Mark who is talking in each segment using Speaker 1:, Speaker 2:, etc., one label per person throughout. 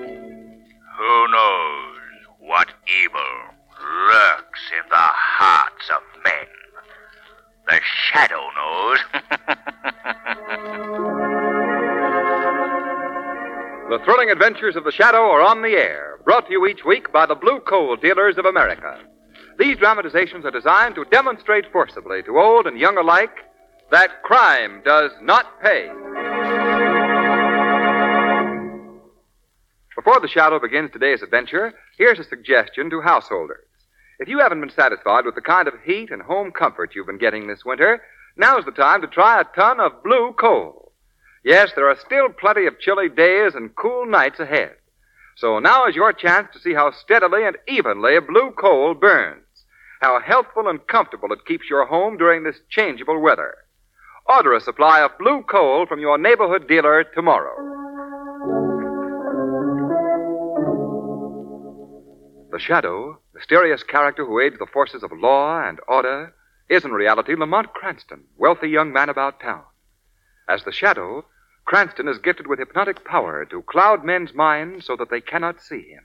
Speaker 1: Who knows what evil lurks in the hearts of men? The shadow knows.
Speaker 2: The thrilling adventures of the shadow are on the air, brought to you each week by the Blue Coal Dealers of America. These dramatizations are designed to demonstrate forcibly to old and young alike that crime does not pay. Before the shadow begins today's adventure, here's a suggestion to householders. If you haven't been satisfied with the kind of heat and home comfort you've been getting this winter, now's the time to try a ton of blue coal. Yes, there are still plenty of chilly days and cool nights ahead. So now is your chance to see how steadily and evenly blue coal burns, how healthful and comfortable it keeps your home during this changeable weather. Order a supply of blue coal from your neighborhood dealer tomorrow. The shadow, mysterious character who aids the forces of law and order, is in reality Lamont Cranston, wealthy young man about town. As the shadow, Cranston is gifted with hypnotic power to cloud men's minds so that they cannot see him.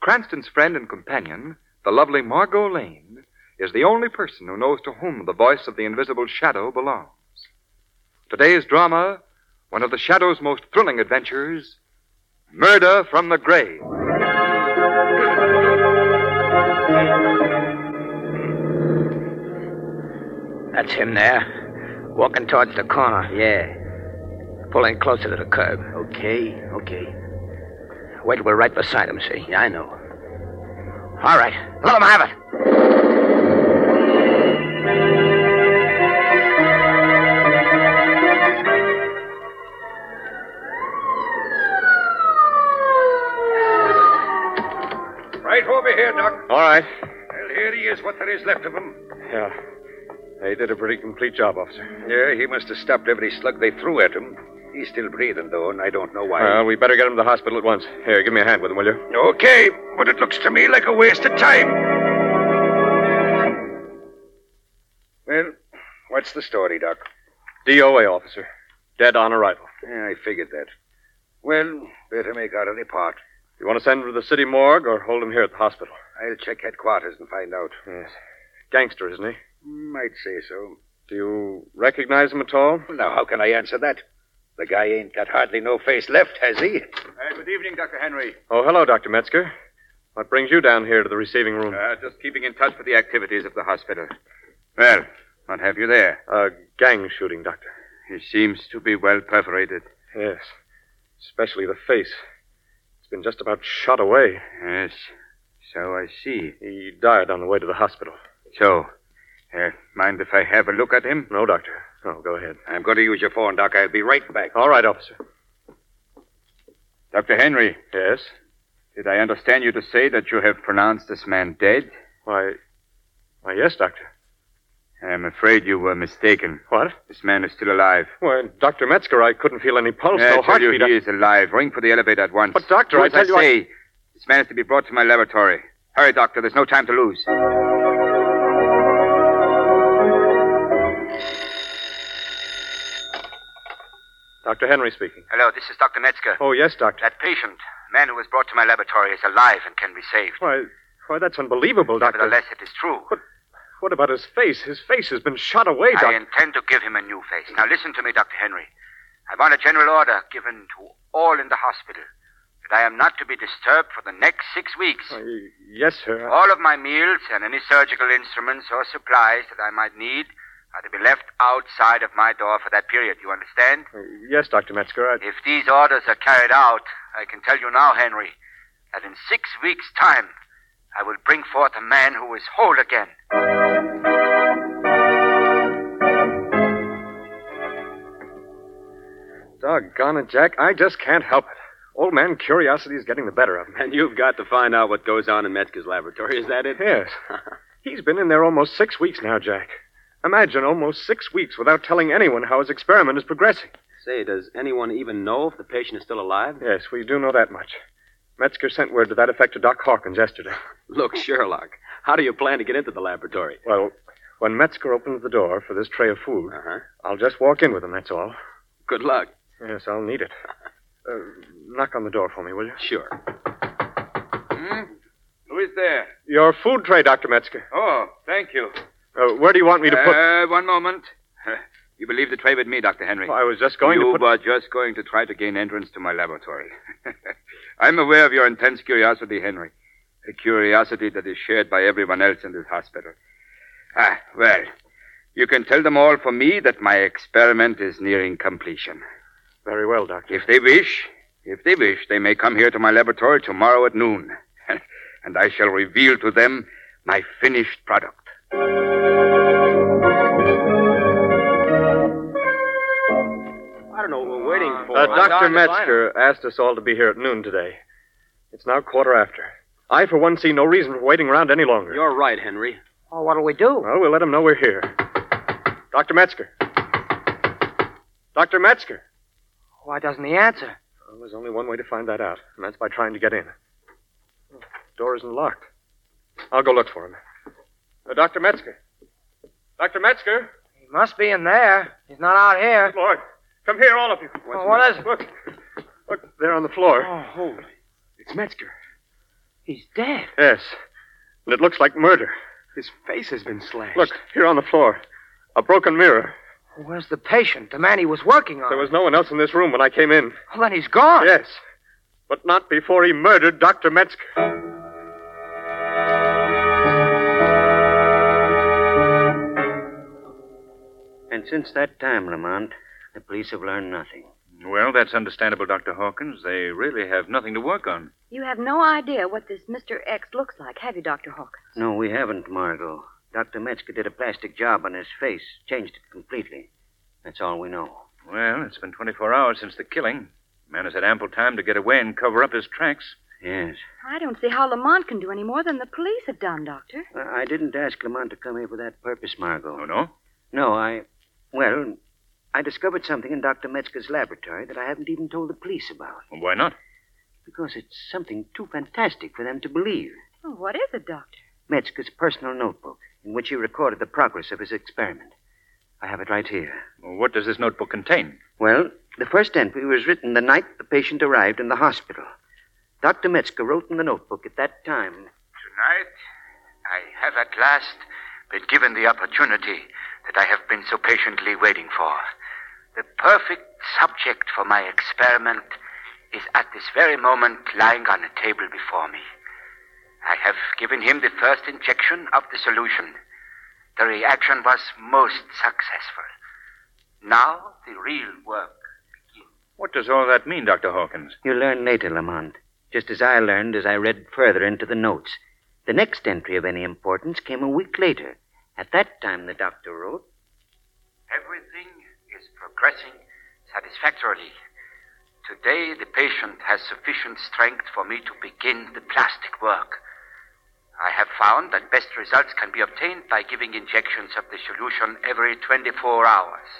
Speaker 2: Cranston's friend and companion, the lovely Margot Lane, is the only person who knows to whom the voice of the invisible shadow belongs. Today's drama, one of the shadow's most thrilling adventures Murder from the Grave.
Speaker 3: That's him there. Walking towards the corner. Yeah. Pulling closer to the curb. Okay, okay. Wait, we're right beside him, see? I know. All right. Let him have it.
Speaker 4: Right over here, Doc.
Speaker 5: All right.
Speaker 4: Well, here he is, what there is left of him.
Speaker 5: Yeah. They did a pretty complete job, officer.
Speaker 4: Yeah, he must have stopped every slug they threw at him. He's still breathing, though, and I don't know why.
Speaker 5: Well, we better get him to the hospital at once. Here, give me a hand with him, will you?
Speaker 4: Okay, but it looks to me like a waste of time. Well, what's the story, Doc?
Speaker 5: DOA, officer. Dead on arrival.
Speaker 4: Yeah, I figured that. Well, better make out a report.
Speaker 5: You want to send him to the city morgue or hold him here at the hospital?
Speaker 4: I'll check headquarters and find out.
Speaker 5: Yes. Gangster, isn't he?
Speaker 4: Might say so.
Speaker 5: Do you recognize him at all?
Speaker 4: Well, now, how can I answer that? The guy ain't got hardly no face left, has he?
Speaker 2: good evening, Dr. Henry.
Speaker 5: Oh, hello, Dr. Metzger. What brings you down here to the receiving room?
Speaker 2: Uh, just keeping in touch with the activities of the hospital.
Speaker 4: Well, what have you there?
Speaker 5: A gang shooting, Doctor.
Speaker 2: He seems to be well perforated.
Speaker 5: Yes. Especially the face. It's been just about shot away.
Speaker 2: Yes, so I see.
Speaker 5: He died on the way to the hospital.
Speaker 2: So, uh, mind if I have a look at him?
Speaker 5: No, Doctor. No, go ahead.
Speaker 4: I'm going to use your phone, Doc. I'll be right back.
Speaker 5: All right, officer.
Speaker 2: Dr. Henry,
Speaker 5: Yes?
Speaker 2: did I understand you to say that you have pronounced this man dead?
Speaker 5: Why, why, yes, Doctor.
Speaker 2: I'm afraid you were mistaken.
Speaker 5: What?
Speaker 2: This man is still alive.
Speaker 5: Well, Dr. Metzger, I couldn't feel any pulse, no
Speaker 2: I tell you,
Speaker 5: heartbeat.
Speaker 2: he is alive. Ring for the elevator at once.
Speaker 5: But, Doctor,
Speaker 2: Do
Speaker 5: I
Speaker 2: as
Speaker 5: tell you, I-
Speaker 2: say, this man is to be brought to my laboratory. Hurry, Doctor. There's no time to lose.
Speaker 5: Dr. Henry speaking.
Speaker 2: Hello, this is Dr. Metzger.
Speaker 5: Oh, yes, Doctor.
Speaker 2: That patient, man who was brought to my laboratory, is alive and can be saved.
Speaker 5: Why, why, that's unbelievable, Doctor.
Speaker 2: Nevertheless, it is true.
Speaker 5: What, what about his face? His face has been shot away, Doctor.
Speaker 2: I intend to give him a new face. Now, listen to me, Dr. Henry. I want a general order given to all in the hospital
Speaker 6: that I am not to be disturbed for the next six weeks.
Speaker 5: Uh, yes, sir.
Speaker 6: All of my meals and any surgical instruments or supplies that I might need are to be left outside of my door for that period, you understand?
Speaker 5: Uh, yes, Dr. Metzger. I...
Speaker 6: If these orders are carried out, I can tell you now, Henry, that in six weeks' time, I will bring forth a man who is whole again.
Speaker 5: Doggone it, Jack. I just can't help it. Old man curiosity is getting the better of me.
Speaker 7: And you've got to find out what goes on in Metzger's laboratory. Is that it?
Speaker 5: Yes. He's been in there almost six weeks now, Jack. Imagine almost six weeks without telling anyone how his experiment is progressing.
Speaker 7: Say, does anyone even know if the patient is still alive?
Speaker 5: Yes, we do know that much. Metzger sent word to that effect to Doc Hawkins yesterday.
Speaker 7: Look, Sherlock, how do you plan to get into the laboratory?
Speaker 5: Well, when Metzger opens the door for this tray of food,
Speaker 7: Uh-huh.
Speaker 5: I'll just walk in with him, that's all.
Speaker 7: Good luck.
Speaker 5: Yes, I'll need it. Uh, knock on the door for me, will you?
Speaker 7: Sure.
Speaker 4: Hmm? Who is there?
Speaker 5: Your food tray, Dr. Metzger.
Speaker 4: Oh, thank you.
Speaker 5: Uh, where do you want me to put...
Speaker 4: Uh, one moment. You believe the trade with me, Dr. Henry.
Speaker 5: I was just going
Speaker 4: you
Speaker 5: to put...
Speaker 4: are just going to try to gain entrance to my laboratory. I'm aware of your intense curiosity, Henry. A curiosity that is shared by everyone else in this hospital. Ah, well, you can tell them all for me that my experiment is nearing completion.
Speaker 5: Very well, Doctor.
Speaker 4: If they wish, if they wish, they may come here to my laboratory tomorrow at noon. and I shall reveal to them my finished product.
Speaker 7: I don't know what we're waiting for.
Speaker 5: Uh,
Speaker 7: I'm
Speaker 5: Dr.
Speaker 7: going to find him.
Speaker 5: Metzger asked us all to be here at noon today. It's now quarter after. I, for one, see no reason for waiting around any longer.
Speaker 7: You're right, Henry.
Speaker 3: Oh, what'll we do?
Speaker 5: Well, we'll let him know we're here. Dr. Metzger. Dr. Metzger.
Speaker 3: Why doesn't he answer?
Speaker 5: Well, there's only one way to find that out, and that's by trying to get in. Door isn't locked. I'll go look for him. Uh, Dr. Metzger. Dr. Metzger.
Speaker 3: He must be in there. He's not out here.
Speaker 5: Lord. Come here, all of you.
Speaker 3: Oh, what is it?
Speaker 5: Look. Look, there on the floor.
Speaker 3: Oh, holy.
Speaker 5: It's Metzger.
Speaker 3: He's dead.
Speaker 5: Yes. And it looks like murder.
Speaker 7: His face has been slashed.
Speaker 5: Look, here on the floor. A broken mirror.
Speaker 3: Where's the patient? The man he was working on.
Speaker 5: There was no one else in this room when I came in.
Speaker 3: Well, then he's gone.
Speaker 5: Yes. But not before he murdered Dr. Metzger.
Speaker 8: And since that time, Lamont, the police have learned nothing.
Speaker 4: Well, that's understandable, Dr. Hawkins. They really have nothing to work on.
Speaker 9: You have no idea what this Mr. X looks like, have you, Dr. Hawkins?
Speaker 8: No, we haven't, Margot. Dr. Metzger did a plastic job on his face, changed it completely. That's all we know.
Speaker 4: Well, it's been 24 hours since the killing. The man has had ample time to get away and cover up his tracks.
Speaker 8: Yes.
Speaker 9: I don't see how Lamont can do any more than the police have done, Doctor.
Speaker 8: Well, Uh, I didn't ask Lamont to come here for that purpose, Margot.
Speaker 4: Oh, no?
Speaker 8: No, I. Well, I discovered something in Dr. Metzger's laboratory that I haven't even told the police about.
Speaker 4: Well, why not?
Speaker 8: Because it's something too fantastic for them to believe.
Speaker 9: Well, what is it, Doctor?
Speaker 8: Metzger's personal notebook, in which he recorded the progress of his experiment. I have it right here.
Speaker 4: Well, what does this notebook contain?
Speaker 8: Well, the first entry was written the night the patient arrived in the hospital. Dr. Metzger wrote in the notebook at that time.
Speaker 6: Tonight, I have at last been given the opportunity that I have been so patiently waiting for. The perfect subject for my experiment is at this very moment lying on a table before me. I have given him the first injection of the solution. The reaction was most successful. Now the real work
Speaker 4: What does all that mean, Dr. Hawkins?
Speaker 8: You'll learn later, Lamont, just as I learned as I read further into the notes. The next entry of any importance came a week later. At that time, the doctor wrote,
Speaker 6: Everything is progressing satisfactorily. Today, the patient has sufficient strength for me to begin the plastic work. I have found that best results can be obtained by giving injections of the solution every 24 hours.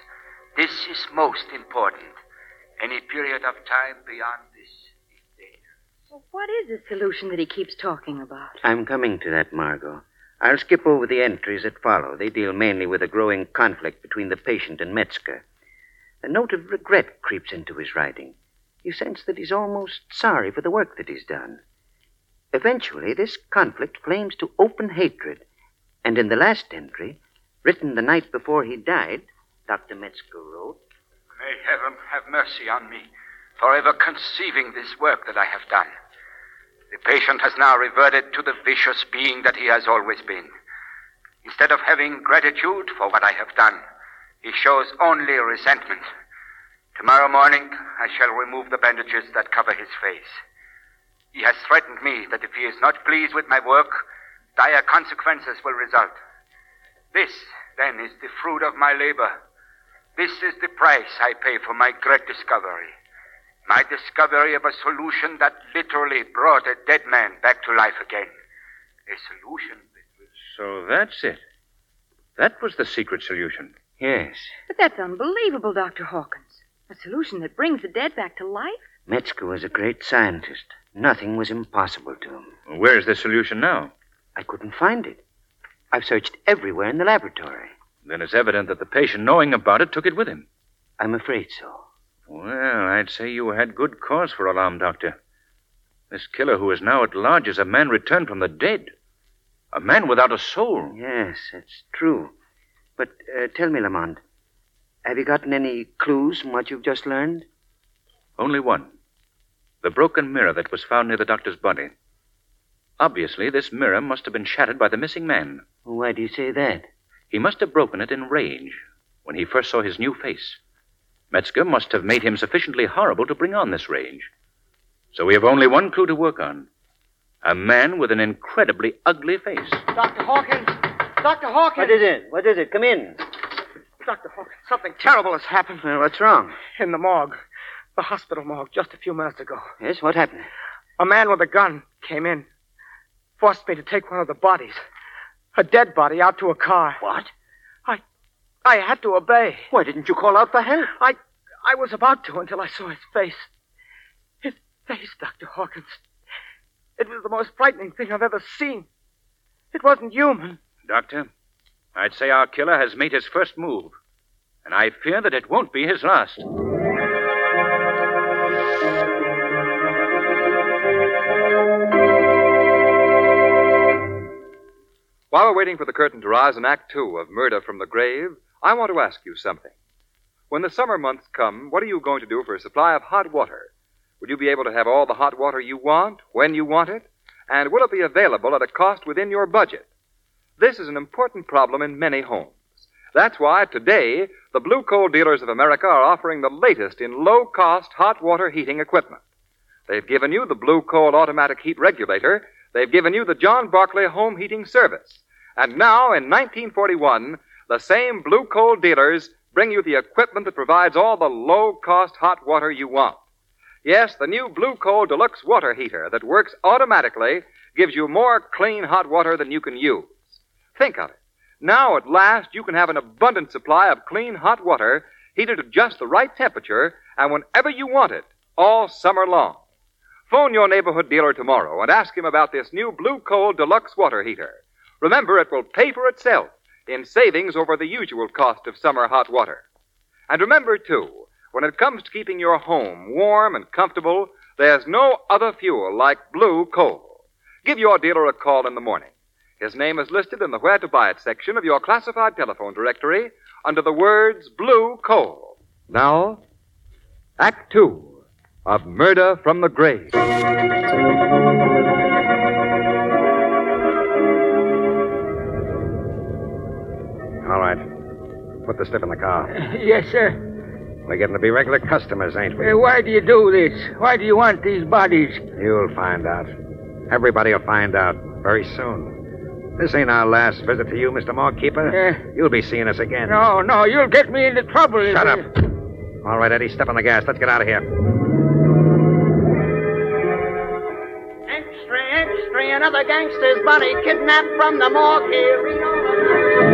Speaker 6: This is most important. Any period of time beyond this is dangerous.
Speaker 9: Well, what is this solution that he keeps talking about?
Speaker 8: I'm coming to that, Margot. I'll skip over the entries that follow. They deal mainly with the growing conflict between the patient and Metzger. A note of regret creeps into his writing. You sense that he's almost sorry for the work that he's done. Eventually, this conflict flames to open hatred, and in the last entry, written the night before he died, Dr. Metzger wrote,
Speaker 6: May heaven have mercy on me. forever conceiving this work that I have done. The patient has now reverted to the vicious being that he has always been. Instead of having gratitude for what I have done, he shows only resentment. Tomorrow morning, I shall remove the bandages that cover his face. He has threatened me that if he is not pleased with my work, dire consequences will result. This, then, is the fruit of my labor. This is the price I pay for my great discovery. My discovery of a solution that literally brought a dead man back to life again. A solution
Speaker 10: So that's it. That was the secret solution.
Speaker 8: Yes.
Speaker 9: But that's unbelievable, Dr. Hawkins. A solution that brings the dead back to life?
Speaker 8: Metzger was a great scientist. Nothing was impossible to him.
Speaker 10: Where is the solution now?
Speaker 8: I couldn't find it. I've searched everywhere in the laboratory.
Speaker 10: Then it's evident that the patient, knowing about it, took it with him.
Speaker 8: I'm afraid so.
Speaker 10: Well, I'd say you had good cause for alarm, Doctor. This killer who is now at large is a man returned from the dead. A man without a soul.
Speaker 8: Yes, it's true. But uh, tell me, Lamont, have you gotten any clues from what you've just learned?
Speaker 10: Only one. The broken mirror that was found near the doctor's body. Obviously, this mirror must have been shattered by the missing man.
Speaker 8: Why do you say that?
Speaker 10: He must have broken it in rage when he first saw his new face. Metzger must have made him sufficiently horrible to bring on this rage. So we have only one clue to work on a man with an incredibly ugly face.
Speaker 11: Dr. Hawkins! Dr. Hawkins!
Speaker 8: What is it? What is it? Come in.
Speaker 11: Dr. Hawkins, something terrible has happened.
Speaker 8: what's wrong?
Speaker 11: In the morgue. The hospital morgue just a few minutes ago.
Speaker 8: Yes, what happened?
Speaker 11: A man with a gun came in. Forced me to take one of the bodies. A dead body out to a car.
Speaker 8: What?
Speaker 11: I I had to obey.
Speaker 8: Why didn't you call out for help?
Speaker 11: I I was about to until I saw his face. His face, Dr. Hawkins. It was the most frightening thing I've ever seen. It wasn't human.
Speaker 10: Doctor, I'd say our killer has made his first move, and I fear that it won't be his last.
Speaker 2: While we're waiting for the curtain to rise in Act Two of Murder from the Grave, I want to ask you something. When the summer months come, what are you going to do for a supply of hot water? Will you be able to have all the hot water you want, when you want it? And will it be available at a cost within your budget? This is an important problem in many homes. That's why today, the Blue Coal Dealers of America are offering the latest in low cost hot water heating equipment. They've given you the Blue Coal Automatic Heat Regulator. They've given you the John Barclay Home Heating Service. And now, in 1941, the same blue coal dealers bring you the equipment that provides all the low cost hot water you want. Yes, the new Blue Coal Deluxe water heater that works automatically gives you more clean hot water than you can use. Think of it. Now, at last, you can have an abundant supply of clean hot water heated to just the right temperature and whenever you want it, all summer long. Phone your neighborhood dealer tomorrow and ask him about this new Blue Coal Deluxe water heater. Remember, it will pay for itself in savings over the usual cost of summer hot water. And remember, too, when it comes to keeping your home warm and comfortable, there's no other fuel like blue coal. Give your dealer a call in the morning. His name is listed in the Where to Buy It section of your classified telephone directory under the words Blue Coal. Now, Act Two of Murder from the Grave.
Speaker 12: All right. Put the slip in the car.
Speaker 13: Yes, sir.
Speaker 12: We're getting to be regular customers, ain't we?
Speaker 13: Uh, Why do you do this? Why do you want these bodies?
Speaker 12: You'll find out. Everybody will find out very soon. This ain't our last visit to you, Mr. Mallkeeper. You'll be seeing us again.
Speaker 13: Eh. No, Oh, eh. no, you'll get me into trouble. if
Speaker 12: Shut
Speaker 13: you-
Speaker 12: up. All right, Eddie, step on the gas. Let's get out of here.
Speaker 11: Extra, extra, another gangster's body kidnapped from the morgue here.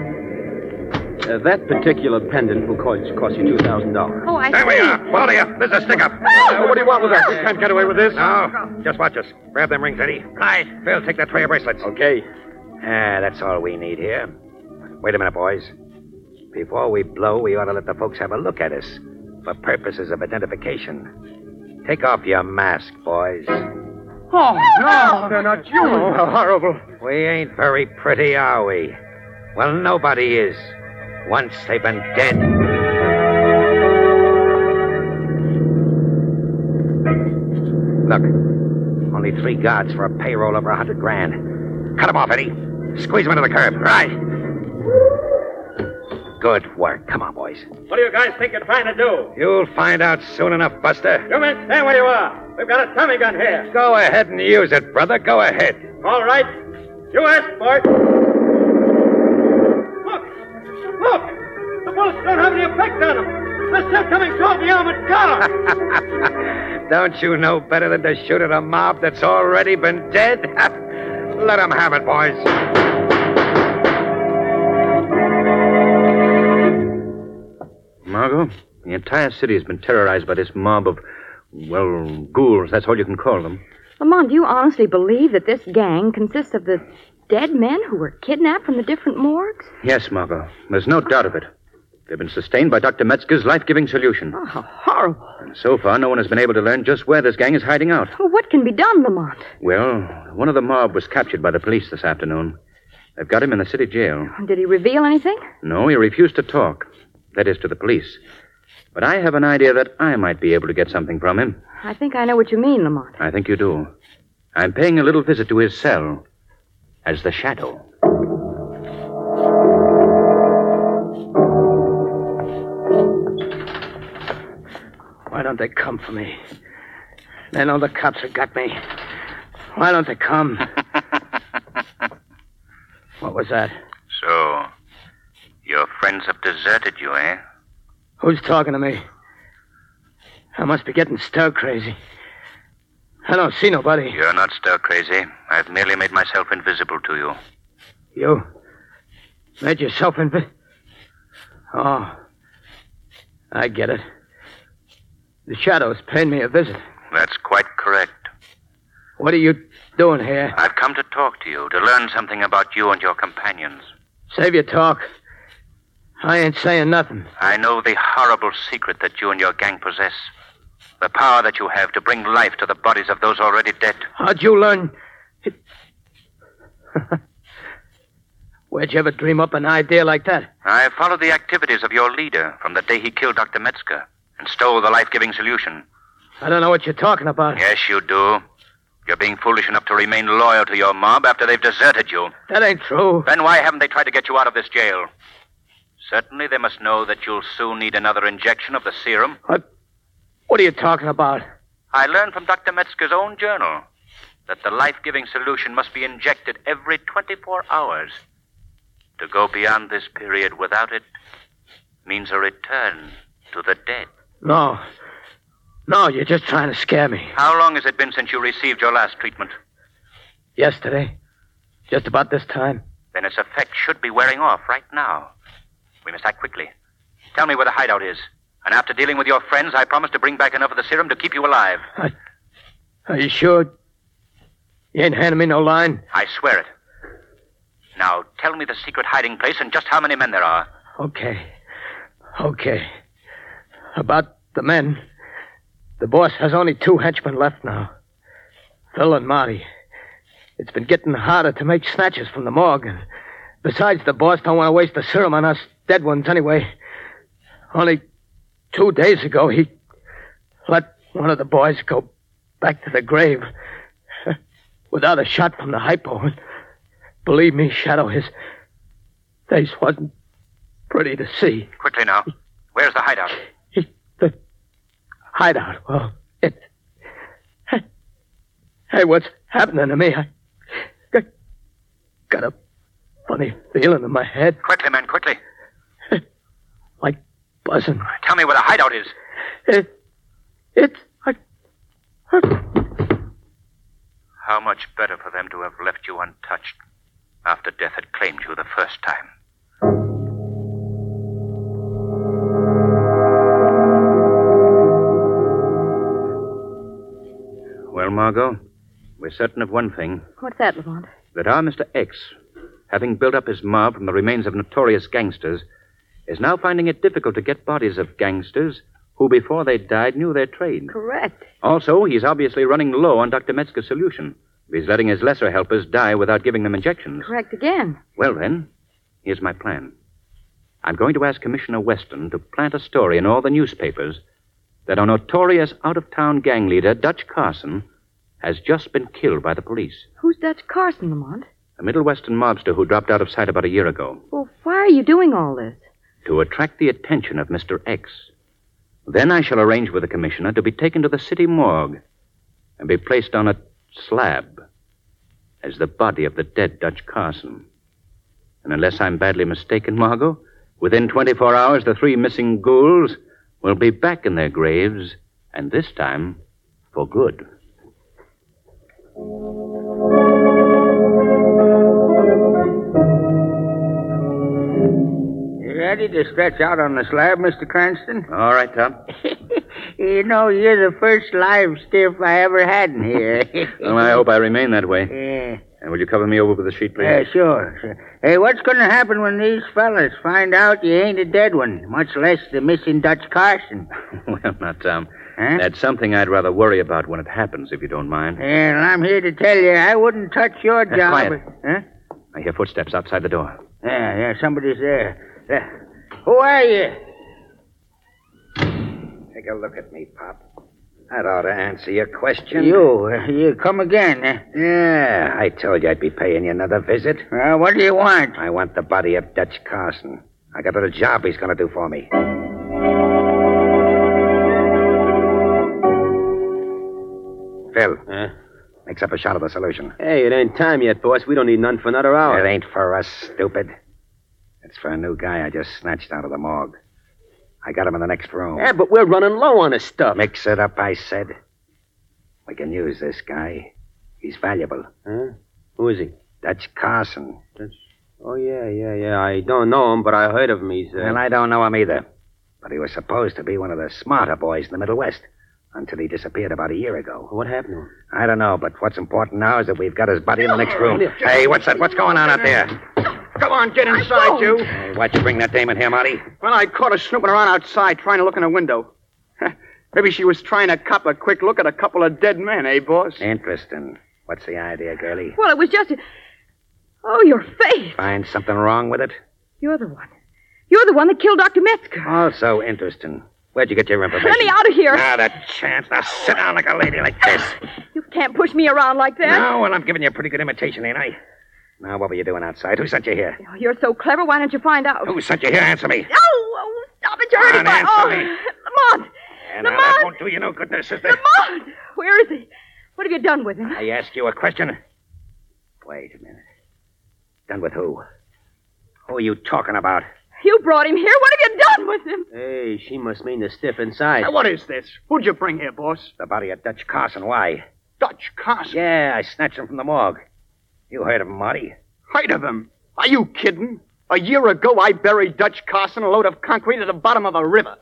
Speaker 14: Uh, that particular pendant will cost, cost you $2,000.
Speaker 9: Oh, I Ah!
Speaker 12: There we are. Baldy up. There's a stick up. Uh, what do you want with us? We can't get away with this. No. Just watch us. Grab them rings, Eddie. Right. Phil, take that tray of bracelets. Okay. Ah, that's all we need here. Wait a minute, boys. Before we blow, we ought to let the folks have a look at us for purposes of identification. Take off your mask, boys.
Speaker 11: Oh, no, they're not
Speaker 12: Oh, how horrible. We ain't very pretty, are we? Well, nobody is. Once they've been dead. Look, only three guards for a payroll over a hundred grand. Cut them off, Eddie. Squeeze them into the curb. Right. Good work. Come on, boys.
Speaker 15: What do you guys think you're trying to do?
Speaker 12: You'll find out soon enough, Buster.
Speaker 15: You men stay where you are. We've got a Tommy gun here.
Speaker 12: Go ahead and use it, brother. Go ahead.
Speaker 15: All right. You asked for it. Look! Look! The bullets don't have any effect on them. They're still coming toward the armored car.
Speaker 12: Don't you know better than to shoot at a mob that's already been dead? Let 'em have it, boys.
Speaker 10: Margot, the entire city has been terrorized by this mob of, well, ghouls. That's all you can call them.
Speaker 9: Lamont, do you honestly believe that this gang consists of the dead men who were kidnapped from the different morgues?
Speaker 10: Yes, Margot. There's no doubt of it. They've been sustained by Dr. Metzger's life giving solution.
Speaker 9: Oh, how horrible.
Speaker 10: And so far, no one has been able to learn just where this gang is hiding out.
Speaker 9: Well, what can be done, Lamont?
Speaker 10: Well, one of the mob was captured by the police this afternoon. They've got him in the city jail.
Speaker 9: Did he reveal anything?
Speaker 10: No, he refused to talk. That is, to the police. But I have an idea that I might be able to get something from him.
Speaker 9: I think I know what you mean, Lamont.
Speaker 10: I think you do. I'm paying a little visit to his cell as the shadow.
Speaker 3: Why don't they come for me? They know the cops have got me. Why don't they come? what was that?
Speaker 6: So, your friends have deserted you, eh?
Speaker 3: Who's talking to me? I must be getting stir crazy. I don't see nobody.
Speaker 6: You're not stir crazy. I've merely made myself invisible to you.
Speaker 3: You made yourself invi. Oh, I get it. The shadows paid me a visit.
Speaker 6: That's quite correct.
Speaker 3: What are you doing
Speaker 10: Eh.
Speaker 3: here?
Speaker 6: I've come to talk to you, to learn something about you and your companions.
Speaker 3: Save your talk. I ain't saying nothing.
Speaker 6: I know the horrible secret that you and your gang possess. The power that you have to bring life to the bodies of those already dead.
Speaker 3: How'd you learn? Where'd you ever dream up an idea like that?
Speaker 6: I followed the activities of your leader from the day he killed Dr. Metzger and stole the life giving solution.
Speaker 3: I don't know what you're talking about.
Speaker 6: Yes, you do. You're being foolish enough to remain loyal to your mob after they've deserted you.
Speaker 3: That ain't true.
Speaker 6: Then why haven't they tried to get you out of this jail? Certainly, they must know that you'll soon need another injection of the serum.
Speaker 3: What are you talking about?
Speaker 6: I learned from Dr. Metzger's own journal that the life giving solution must be injected every 24 hours. To go beyond this period without it means a return to the dead.
Speaker 3: No. No, you're just trying to scare me.
Speaker 6: How long has it been since you received your last treatment?
Speaker 3: Yesterday, just about this time,
Speaker 6: Then its effect should be wearing off right now. We must act quickly. Tell me where the hideout is. And after dealing with your friends, I promise to bring back enough of the serum to keep you alive.
Speaker 3: are you sure? You ain't handing me no line?
Speaker 6: I swear it. Now, tell me the secret hiding place and just how many men there are.
Speaker 3: Okay. Okay. About the men, the boss has only two henchmen left now Phil and Marty. It's been getting harder to make snatches from the morgue. and Besides, the boss don't want to waste the serum on us dead ones anyway. Only two days ago, he let one of the boys go back to the grave without a shot from the hypo. And believe me, Shadow, his face wasn't pretty to see.
Speaker 6: Quickly now. Where's the hideout?
Speaker 3: hideout. Well, it. Hey, what's happening to me? I got, got a funny feeling in my head,
Speaker 6: Quickly, men, quickly.
Speaker 3: like buzzing.
Speaker 6: Tell me where the hideout is.
Speaker 3: It, it's
Speaker 6: How much better for them to have left you untouched after death had claimed you the first time.
Speaker 10: Well, Margot, we're certain of one thing
Speaker 9: What's that, Lamont?
Speaker 10: that our Mr. X, having built up his mob from the remains of notorious gangsters, is now finding it difficult to get bodies of gangsters who, before they died, knew their trade.
Speaker 9: Correct.
Speaker 10: Also, he's obviously running low on Dr. Metzger's solution. He's letting his lesser helpers die without giving them injections.
Speaker 9: Correct again.
Speaker 10: Well, then, here's my plan. I'm going to ask Commissioner Weston to plant a story in all the newspapers that our notorious out of town gang leader, Dutch Carson, has just been killed by the police,
Speaker 9: Who's Dutch Carson, Lamont?
Speaker 10: a Middle Western mobster who dropped out of sight about a year ago,
Speaker 9: Well, why are you doing all this?
Speaker 10: to attract the attention of Mr. X. Then I shall arrange with the commissioner to be taken to the city morgue and be placed on a slab as the body of the dead Dutch Carson. And unless I'm badly mistaken, Margot, within 24 hours the three missing ghouls will be back in their graves, and this time for good.
Speaker 13: You ready to stretch out on the slab, Mr. Cranston?
Speaker 10: All right, Tom.
Speaker 13: You know, Uh, you're the first live stiff I ever had in here.
Speaker 10: well, I hope I remain that way.
Speaker 13: yeah.
Speaker 10: And will you cover me over with a sheet, please?
Speaker 13: Yeah, uh, sure, sure. Hey, what's going to happen when these fellas find out you ain't a dead one, much less the missing Dutch Carson?
Speaker 10: well, now, Tom, that's something I'd rather worry about when it happens, if you don't mind.
Speaker 13: And I'm here to tell you, I wouldn't touch your
Speaker 10: Hey,
Speaker 13: job.
Speaker 10: quiet.
Speaker 13: Huh?
Speaker 10: I hear footsteps outside the door.
Speaker 13: Yeah, yeah, somebody's there. Yeah. Who are you?
Speaker 12: Take a look at me, Pop. That ought to answer your question.
Speaker 13: You, uh, you come again. eh?
Speaker 12: Yeah, I told you I'd be paying you another visit.
Speaker 13: Well, what do you want?
Speaker 12: I want the body of Dutch Carson. I got a little job he's going to do for me. Phil, mix up a shot of the solution.
Speaker 14: Hey, it ain't time yet, boss. We don't need none for another hour.
Speaker 12: It ain't for us, stupid. It's for a new guy I just snatched out of the morgue. I got him in the next room.
Speaker 14: Yeah, but we're running low on this stuff.
Speaker 12: Mix it up, I said. We can use this guy. He's valuable.
Speaker 14: Huh? Who is he?
Speaker 12: Dutch Carson.
Speaker 14: Oh, yeah, yeah, yeah. I don't know him, but I heard of him. He's. Uh...
Speaker 12: Well, I don't know him either. But he was supposed to be one of the smarter boys in the Middle West until he disappeared about a year ago.
Speaker 14: What happened to him?
Speaker 12: I don't know, but what's important now is that we've got his body in the next room. Hey, what's that? What's going on out there?
Speaker 16: Come on, get inside, you.
Speaker 12: Hey, why'd you bring that dame in here, Marty?
Speaker 16: Well, I caught her snooping around outside, trying to look in a window. Maybe she was trying to cop a quick look at a couple of dead men, eh, boss?
Speaker 12: Interesting. What's the idea, girlie?
Speaker 9: Well, it was just. Oh, your face.
Speaker 12: Find something wrong with it?
Speaker 9: You're the one. You're the one that killed Dr. Metzger.
Speaker 12: Also Oh, interesting. Where'd you get your information?
Speaker 9: Let me out of here.
Speaker 12: Not a chance. Now sit down like a lady like this.
Speaker 9: You can't push me around like that.
Speaker 12: No, well, I'm giving you a pretty good imitation, ain't I? Now, what were you doing outside? Who sent you here?
Speaker 9: Oh, You're so clever. Why don't you find out?
Speaker 12: Who sent you here? Answer me.
Speaker 9: Oh, oh stop it. You're
Speaker 12: Come
Speaker 9: hurting
Speaker 12: on,
Speaker 9: my.
Speaker 12: answer
Speaker 9: Oh,
Speaker 12: me.
Speaker 9: Lamont.
Speaker 12: And now, that
Speaker 9: Lamont.
Speaker 12: won't do you no good, there, sister.
Speaker 9: Lamont. Where is he? What have you done with him?
Speaker 12: I ask you a question. Wait a minute. Done with who? Who are you talking about?
Speaker 9: You brought him here. What have you done with him?
Speaker 14: Hey, she must mean the stiff inside.
Speaker 16: Now, what is this? Who'd you bring here, boss?
Speaker 12: The body of Dutch Carson. Why?
Speaker 16: Dutch Carson.
Speaker 12: Yeah, I snatched him from the morgue. You heard of him, Marty.
Speaker 16: Height of him. Are you kidding? A year ago, I buried Dutch Carson, a load of concrete at the bottom of a river.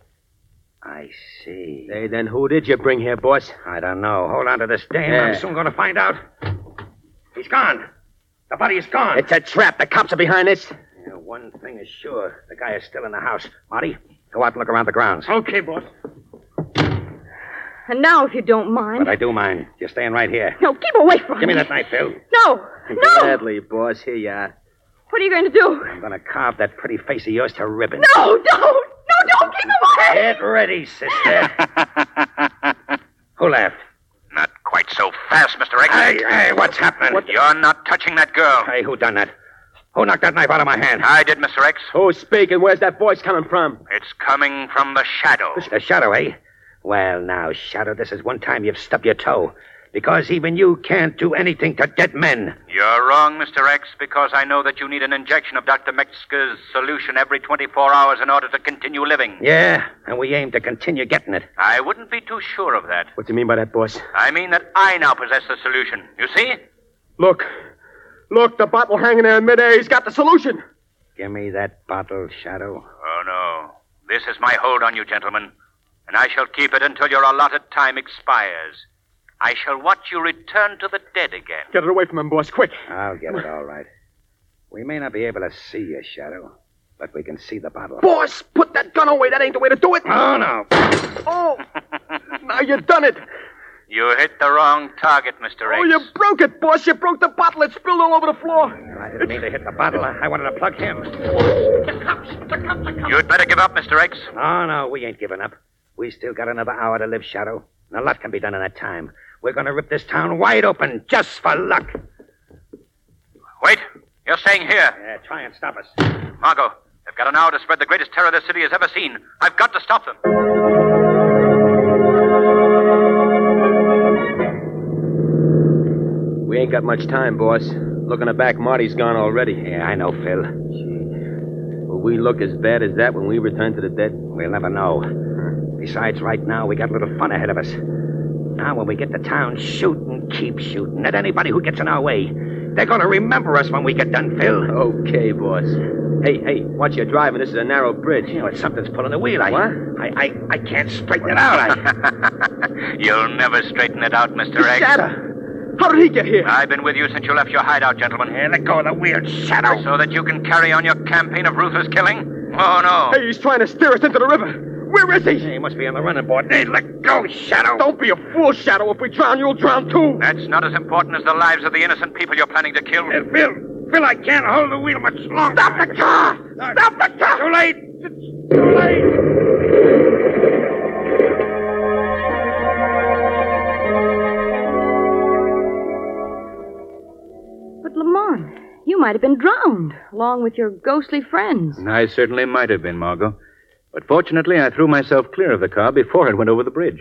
Speaker 12: I see.
Speaker 14: Hey, then who did you bring here, boss?
Speaker 12: I don't know. Hold on to this dame.
Speaker 14: Yeah.
Speaker 12: I'm soon going to find out. He's gone. The body is gone.
Speaker 14: It's a trap. The cops are behind this.
Speaker 12: Yeah, one thing is sure. The guy is still in the house. Marty, go out and look around the grounds.
Speaker 16: Okay, boss.
Speaker 9: And now, if you don't mind.
Speaker 12: But I do mind. You're staying right here.
Speaker 9: No, keep away from
Speaker 12: Give me
Speaker 9: me.
Speaker 12: that knife, Phil.
Speaker 9: No.
Speaker 14: Gladly, boss. Here you are.
Speaker 9: What are you going to do?
Speaker 12: I'm going to carve that pretty face of yours to ribbons.
Speaker 9: No, don't. No, don't keep away.
Speaker 12: Get ready, sister. Who laughed?
Speaker 1: Not quite so fast, Mr. Egg.
Speaker 12: Hey, hey, what's happening?
Speaker 1: You're not touching that girl.
Speaker 12: Hey, who done that? Who knocked that knife out of my hand?
Speaker 1: I did, Mr. X.
Speaker 14: Who's speaking? Where's that voice coming from?
Speaker 1: It's coming from the shadow.
Speaker 12: The shadow, eh? Well, now, Shadow, this is one time you've stubbed your toe. Because even you can't do anything to dead men.
Speaker 1: You're wrong, Mr. X, because I know that you need an injection of Dr. Metzger's solution every 24 hours in order to continue living.
Speaker 12: Yeah, and we aim to continue getting it.
Speaker 1: I wouldn't be too sure of that.
Speaker 14: What do you mean by that, boss?
Speaker 1: I mean that I now possess the solution. You see?
Speaker 5: Look. Look, the bottle hanging there in midair. He's got the solution.
Speaker 12: Give me that bottle, Shadow.
Speaker 1: Oh, no. This is my hold on you, gentlemen, and I shall keep it until your allotted time expires. I shall watch you return to the dead again.
Speaker 5: Get it away from him, boss, quick.
Speaker 12: I'll get it all right. We may not be able to see you, Shadow, but we can see the bottle.
Speaker 5: Boss, put that gun away. That ain't the way to do it.
Speaker 12: Oh, no.
Speaker 5: Oh, now you done it.
Speaker 1: You hit the wrong target, Mr. X.
Speaker 5: Oh, you broke it, boss. You broke the bottle. It spilled all over the floor.
Speaker 12: I didn't mean to hit the bottle. I wanted to plug him.
Speaker 1: You'd better give up, Mr. X.
Speaker 12: Oh, No, no, we ain't giving up. We still got another hour to live, Shadow. And a lot can be done in that time. We're going to rip this town wide open just for luck.
Speaker 1: Wait. You're staying here.
Speaker 12: Yeah, try and stop us.
Speaker 1: Margot, they've got an hour to spread the greatest terror this city has ever seen. I've got to stop them.
Speaker 14: We ain't got much time, boss. Looking back, Marty's gone already. Yeah, I know, Phil. Will we look as bad as that when we return to the dead?
Speaker 12: We'll never know. Besides, right now, we got a little fun ahead of us. Now, when we get to town, shoot and keep shooting at anybody who gets in our way. They're going to remember us when we get done, Phil.
Speaker 14: Okay, boss. Hey, hey, watch your driving. This is a narrow bridge.
Speaker 12: You know, it's something's pulling the wheel. I,
Speaker 14: What?
Speaker 12: I, I, I can't straighten it out. I...
Speaker 1: You'll never straighten it out, Mr. Egg.
Speaker 12: Shatter! How did he get here?
Speaker 1: I've been with you since you left your hideout, gentlemen.
Speaker 12: Yeah, let go of the wheel, Shadow.
Speaker 1: So that you can carry on your campaign of ruthless killing? Oh, no.
Speaker 12: Hey, he's trying to steer us into the river. Where is he? He must be on the running board. Hey, let go, Shadow. Don't be a fool, Shadow. If we drown, you'll drown too.
Speaker 1: That's not as important as the lives of the innocent people you're planning to kill.
Speaker 12: Phil, Phil, I can't hold the wheel much longer. Stop the car! Stop the car! Too late.
Speaker 9: But Lamont, you might have been drowned along with your ghostly friends.
Speaker 10: I certainly might have been, Margot. But fortunately, I threw myself clear of the car before it went over the bridge.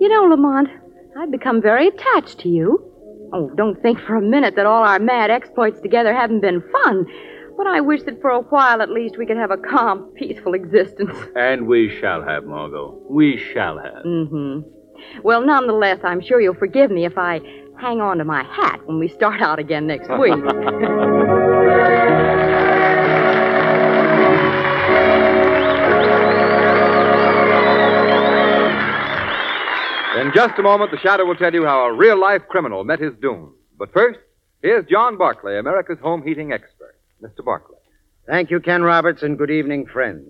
Speaker 9: You know, Lamont, I've become very attached to you. Oh, don't think for a minute that all our mad exploits together haven't been fun. But I wish that for a while at least we could have a calm, peaceful existence.
Speaker 10: And we shall have, Margot. We shall have.
Speaker 9: Mm-hmm. Well, nonetheless, I'm sure you'll forgive me if I hang on to my hat when we start out again next week.
Speaker 2: In just a moment, the Shadow will tell you how a real life criminal met his doom. But first, here's John Barclay, America's home heating expert. Mr. Barclay.
Speaker 17: Thank you, Ken Roberts, and good evening, friends.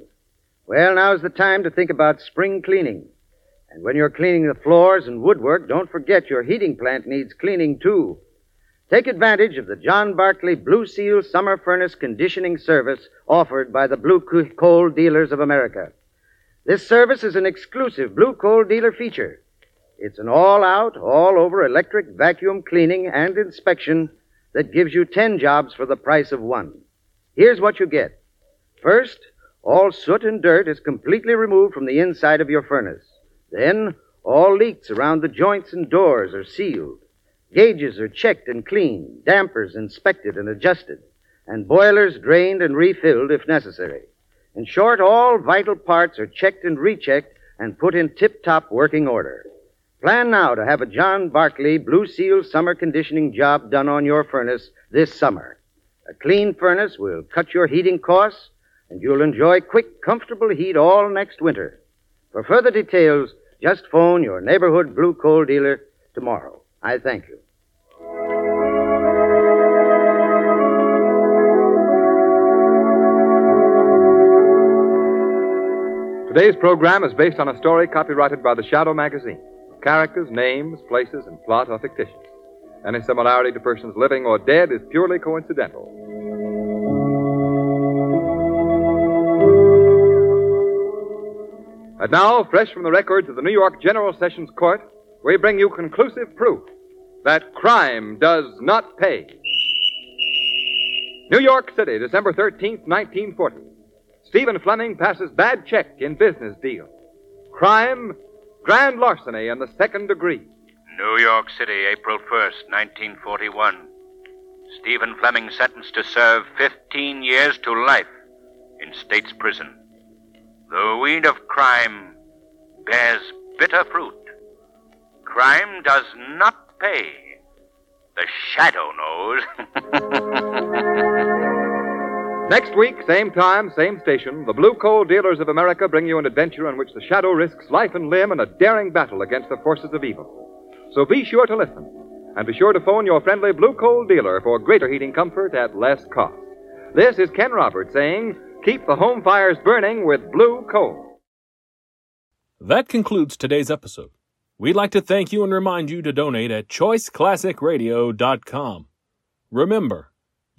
Speaker 17: Well, now's the time to think about spring cleaning. And when you're cleaning the floors and woodwork, don't forget your heating plant needs cleaning too. Take advantage of the John Barkley Blue Seal Summer Furnace Conditioning Service offered by the Blue Co- Coal Dealers of America. This service is an exclusive Blue Coal Dealer feature. It's an all out, all over electric vacuum cleaning and inspection that gives you 10 jobs for the price of one. Here's what you get. First, all soot and dirt is completely removed from the inside of your furnace. Then, all leaks around the joints and doors are sealed. Gauges are checked and cleaned, dampers inspected and adjusted, and boilers drained and refilled if necessary. In short, all vital parts are checked and rechecked and put in tip top working order. Plan now to have a John Barkley Blue Seal summer conditioning job done on your furnace this summer. A clean furnace will cut your heating costs, and you'll enjoy quick, comfortable heat all next winter. For further details, just phone your neighborhood blue coal dealer tomorrow. I thank you.
Speaker 2: Today's program is based on a story copyrighted by the Shadow magazine. Characters, names, places, and plot are fictitious. Any similarity to persons living or dead is purely coincidental. And now, fresh from the records of the New York General Sessions Court, we bring you conclusive proof that crime does not pay. New York City, December 13th, 1940. Stephen Fleming passes bad check in business deal. Crime, grand larceny in the second degree.
Speaker 1: New York City, April 1st, 1941. Stephen Fleming sentenced to serve 15 years to life in state's prison. The weed of crime bears bitter fruit. Crime does not pay. The shadow knows.
Speaker 2: Next week, same time, same station, the Blue Coal Dealers of America bring you an adventure in which the shadow risks life and limb in a daring battle against the forces of evil. So be sure to listen, and be sure to phone your friendly Blue Coal dealer for greater heating comfort at less cost. This is Ken Roberts saying, keep the home fires burning with Blue Coal.
Speaker 18: That concludes today's episode. We'd like to thank you and remind you to donate at choiceclassicradio.com. Remember,